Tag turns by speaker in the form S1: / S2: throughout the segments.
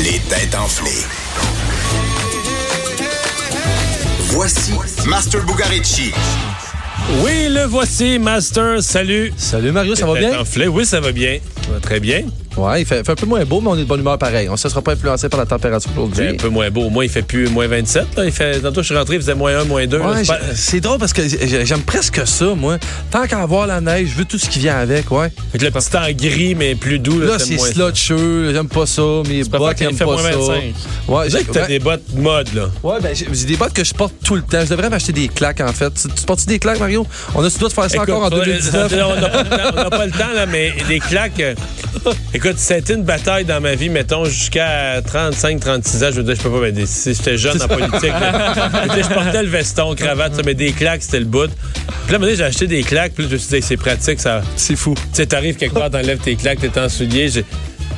S1: Les têtes enflées. Voici Master Bugarici.
S2: Oui, le voici, Master. Salut.
S3: Salut Mario, ça va
S2: Tête
S3: bien?
S2: enflée. Oui, ça va bien. Ça va très bien.
S3: Ouais, il fait, fait un peu moins beau, mais on est de bonne humeur pareil. On ne se sera pas influencé par la température
S2: C'est un
S3: aujourd'hui.
S2: Ben, peu moins beau. Au moins, il fait plus moins 27. Là. Il fait... Tantôt, je suis rentré, il faisait moins 1, moins 2.
S3: Ouais, j'ai- c'est drôle parce que j'ai- j'aime presque ça, moi. Tant qu'à avoir la neige, je veux tout ce qui vient avec, ouais.
S2: Avec le petit temps gris, mais plus doux. Là,
S3: Là,
S2: t'aimes
S3: c'est
S2: moins ça.
S3: slotcheux, j'aime pas ça, mes
S2: préfères
S3: bottes,
S2: qu'il
S3: j'aime
S2: fait
S3: pas
S2: moins
S3: ça.
S2: 25.
S3: Ouais,
S2: C'est vrai
S3: j'ai
S2: que t'as des bottes mode, là.
S3: ouais, ben, j'ai j'ai des bottes que je porte tout le temps. Je devrais m'acheter des claques, en fait. Tu, tu portes-tu des claques, Mario? On a su doit de faire ça encore en
S2: Écoute,
S3: 2019.
S2: On n'a pas, le temps- on n'a pas le temps, là, mais des claques. euh, Écoute, ça a été une bataille dans ma vie, mettons, jusqu'à 35, 36 ans. Je veux dire, je peux pas, mais des- si j'étais jeune en politique, là, je, veux dire, je portais le veston, cravate, ça, mais des claques, c'était le bout. Puis là, à un moment donné, j'ai acheté des claques, puis là, je me suis dit, c'est pratique, ça.
S3: C'est fou.
S2: Tu sais, t'arrives quelque part, t'enlèves tes claques, t'es en souliers. j'ai-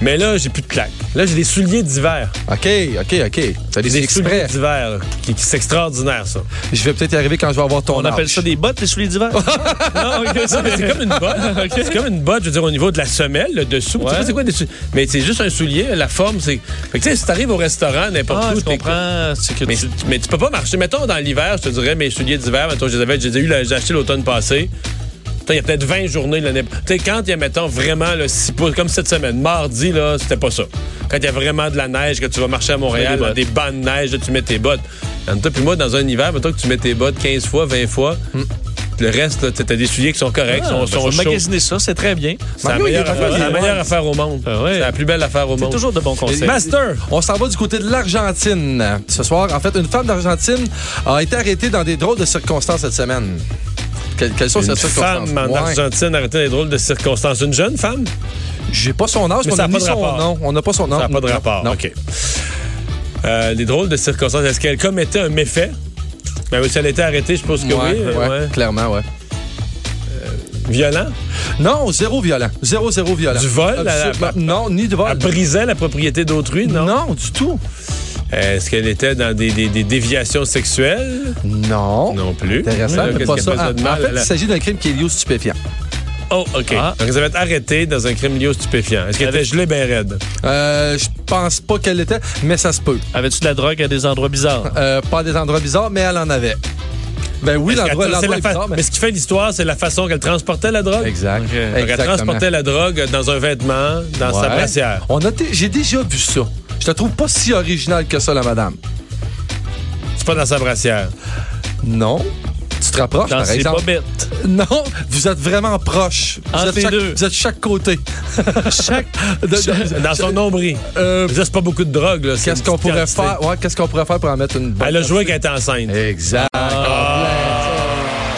S2: Mais là, j'ai plus de claques. Là, j'ai des souliers d'hiver.
S3: OK, OK, OK. T'as des
S2: Des souliers
S3: exprès.
S2: d'hiver, là, qui, qui- c'est extraordinaire, ça.
S3: Je vais peut-être y arriver quand je vais avoir ton
S4: On appelle ça des bottes, les souliers d'hiver?
S2: Non, ok, ça, mais c'est comme une botte. C'est comme une botte, je veux dire, au niveau de la semelle, le dessous. Tu sais pas c'est quoi des sou- Mais c'est juste un soulier, la forme, c'est. Fait que, tu sais, si t'arrives au restaurant, n'importe
S4: Ah,
S2: où,
S4: je
S2: t'es-
S4: comprends. C'est que
S2: Mais,
S4: tu-
S2: mais tu peux pas marcher. Mettons, dans l'hiver, je te dirais, mes souliers d'hiver, mettons, je les avais, je les ai eu, là, j'ai acheté l'automne passé. Putain, Il y a peut-être 20 journées de l'année. Tu sais, quand il y a, mettons, vraiment le 6 pouces, comme cette semaine, mardi, là, c'était pas ça. Quand il y a vraiment de la neige, que tu vas marcher à Montréal,
S4: des
S2: dans des bancs de neige, là, tu mets tes bottes. En toi, puis moi, dans un hiver, mettons que tu mets tes bottes 15 fois, 20 fois, le reste, là, t'as des souliers qui sont corrects,
S4: Hmm. Ah,
S2: sont,
S4: ben,
S2: sont
S4: je vais
S2: chauds.
S4: magasiner ça, c'est très bien.
S2: C'est la
S3: Mario, il est
S2: meilleure, affaire,
S3: revenu.
S2: c'est la meilleure affaire au monde.
S4: Ah ouais.
S2: C'est la plus belle affaire au
S4: C'est
S2: monde.
S4: toujours de bons conseils.
S2: Master!
S3: On s'en va du côté de l'Argentine. Ce soir, en fait, une femme d'Argentine a été arrêtée dans des drôles de circonstances cette semaine. Quelles, quelles sont
S2: Une
S3: ces circonstances?
S2: femme en
S3: Ouais.
S2: Argentine arrêtée dans des drôles de circonstances. Une jeune femme?
S3: J'ai pas son âge,
S2: Mais
S3: mais on
S2: ça
S3: a
S2: a pas
S3: ni
S2: de
S3: son
S2: rapport.
S3: nom. On n'a pas son nom.
S2: Ça n'a pas de
S3: Non,
S2: rapport.
S3: non.
S2: OK. Euh, les drôles de circonstances. Est-ce qu'elle commettait un méfait? Ben oui, si elle était arrêtée, je pense que
S3: Ouais,
S2: oui.
S3: ouais,
S2: euh, ouais.
S3: clairement, ouais.
S2: Violent.
S3: Non, zéro violent. Zéro, zéro violent.
S2: Du vol, à la-
S3: Absolument. Non, ni de vol.
S2: Elle brisait la propriété d'autrui, non?
S3: Non, du tout.
S2: Est-ce qu'elle était dans des, des- des déviations sexuelles?
S3: Non.
S2: Non plus.
S3: Intéressant,
S2: Là,
S3: mais
S2: qu'est-ce
S3: pas
S2: qu'elle
S3: ça. Ah,
S2: faisait de
S3: En
S2: mal,
S3: fait,
S2: là?
S3: il s'agit d'un crime qui est lié au stupéfiant.
S2: Oh, OK.
S4: Ah.
S2: Donc, elle avait été arrêtée dans un crime lié au stupéfiant. Est-ce qu'elle
S4: Avec-
S2: était gelée bien raide?
S3: Euh, je pense pas qu'elle l'était, mais ça se peut.
S4: Avais-tu de la drogue à des endroits bizarres?
S3: Euh, pas des endroits bizarres, mais elle en avait. Ben oui,
S2: Est-ce qu'elle-
S3: l'endroit
S2: c'est
S3: l'endroit
S2: la
S3: est
S2: fa-
S3: bizarre, mais...
S2: mais ce qui fait l'histoire, c'est la façon qu'elle transportait la drogue?
S3: Exact.
S4: Ok.
S2: Donc, elle
S3: Exactement.
S2: transportait la drogue dans un vêtement, dans sa
S3: Ouais.
S2: brassière.
S3: On a t- J'ai déjà vu ça. Je te trouve pas si original que ça, la madame.
S2: C'est pas dans sa brassière.
S3: Non. Tu te rapproches,
S4: Dans
S3: par
S4: ses
S3: exemple?
S4: bobettes.
S3: Non, vous êtes vraiment proches. Vous
S4: Entre
S3: êtes,
S4: les
S3: chaque,
S4: deux.
S3: vous êtes chaque côté.
S4: Chaque.
S3: De- de-
S2: Dans son nombril.
S3: euh,
S2: Mais ça, c'est pas beaucoup de drogue, là. C'est
S3: qu'est-ce
S2: une
S3: qu'on
S2: petite
S3: pourrait
S2: quantité.
S3: faire? Ouais, qu'est-ce qu'on pourrait faire pour en mettre une bonne?
S2: Elle a joué qu'elle était enceinte.
S3: Exact. Ah,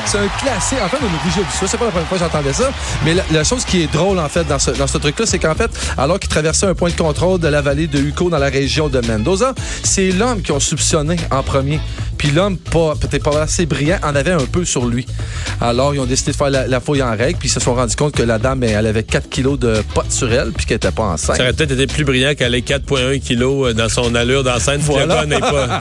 S3: C'est un classique. En fait, on a déjà vu ça. C'est pas la première fois que j'entendais ça. Mais la, la chose qui est drôle, en fait, dans ce, dans ce truc-là, c'est qu'en fait, alors qu'il traversait un point de contrôle de la vallée de Huco dans la région de Mendoza, c'est l'homme qui ont soupçonné en premier. Puis l'homme, pas- peut-être pas assez brillant, en avait un peu sur lui. Alors, ils ont décidé de faire la, la fouille en règle, puis ils se sont rendus compte que la dame, elle avait 4 kilos de potes sur elle, puis qu'elle était pas enceinte.
S2: Ça aurait peut-être été plus brillant qu'elle ait 4,1 kilos euh, dans son allure d'enceinte. puis
S3: Voilà.
S2: le gars n'est pas.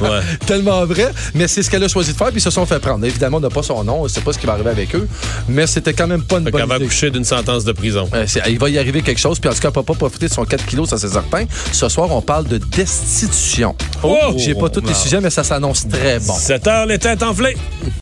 S2: Ouais.
S3: tellement vrai, mais c'est ce qu'elle a choisi de faire, puis ils se sont fait prendre. Évidemment, on n'a pas son nom, on ne sait pas ce qui va arriver avec eux, mais c'était quand même pas une
S2: Fait
S3: bonne
S2: qu'elle va
S3: idée.
S2: coucher d'une sentence de prison.
S3: Euh, c'est- il va y arriver quelque chose, puis en tout cas, elle ne pas profiter de son 4 kilos, ça c'est certain. Ce soir, on parle de destitution.
S2: Oh!
S3: J'ai pas tous les sujets, mais ça s'annonce très bon.
S2: 7 heures, les têtes enflées.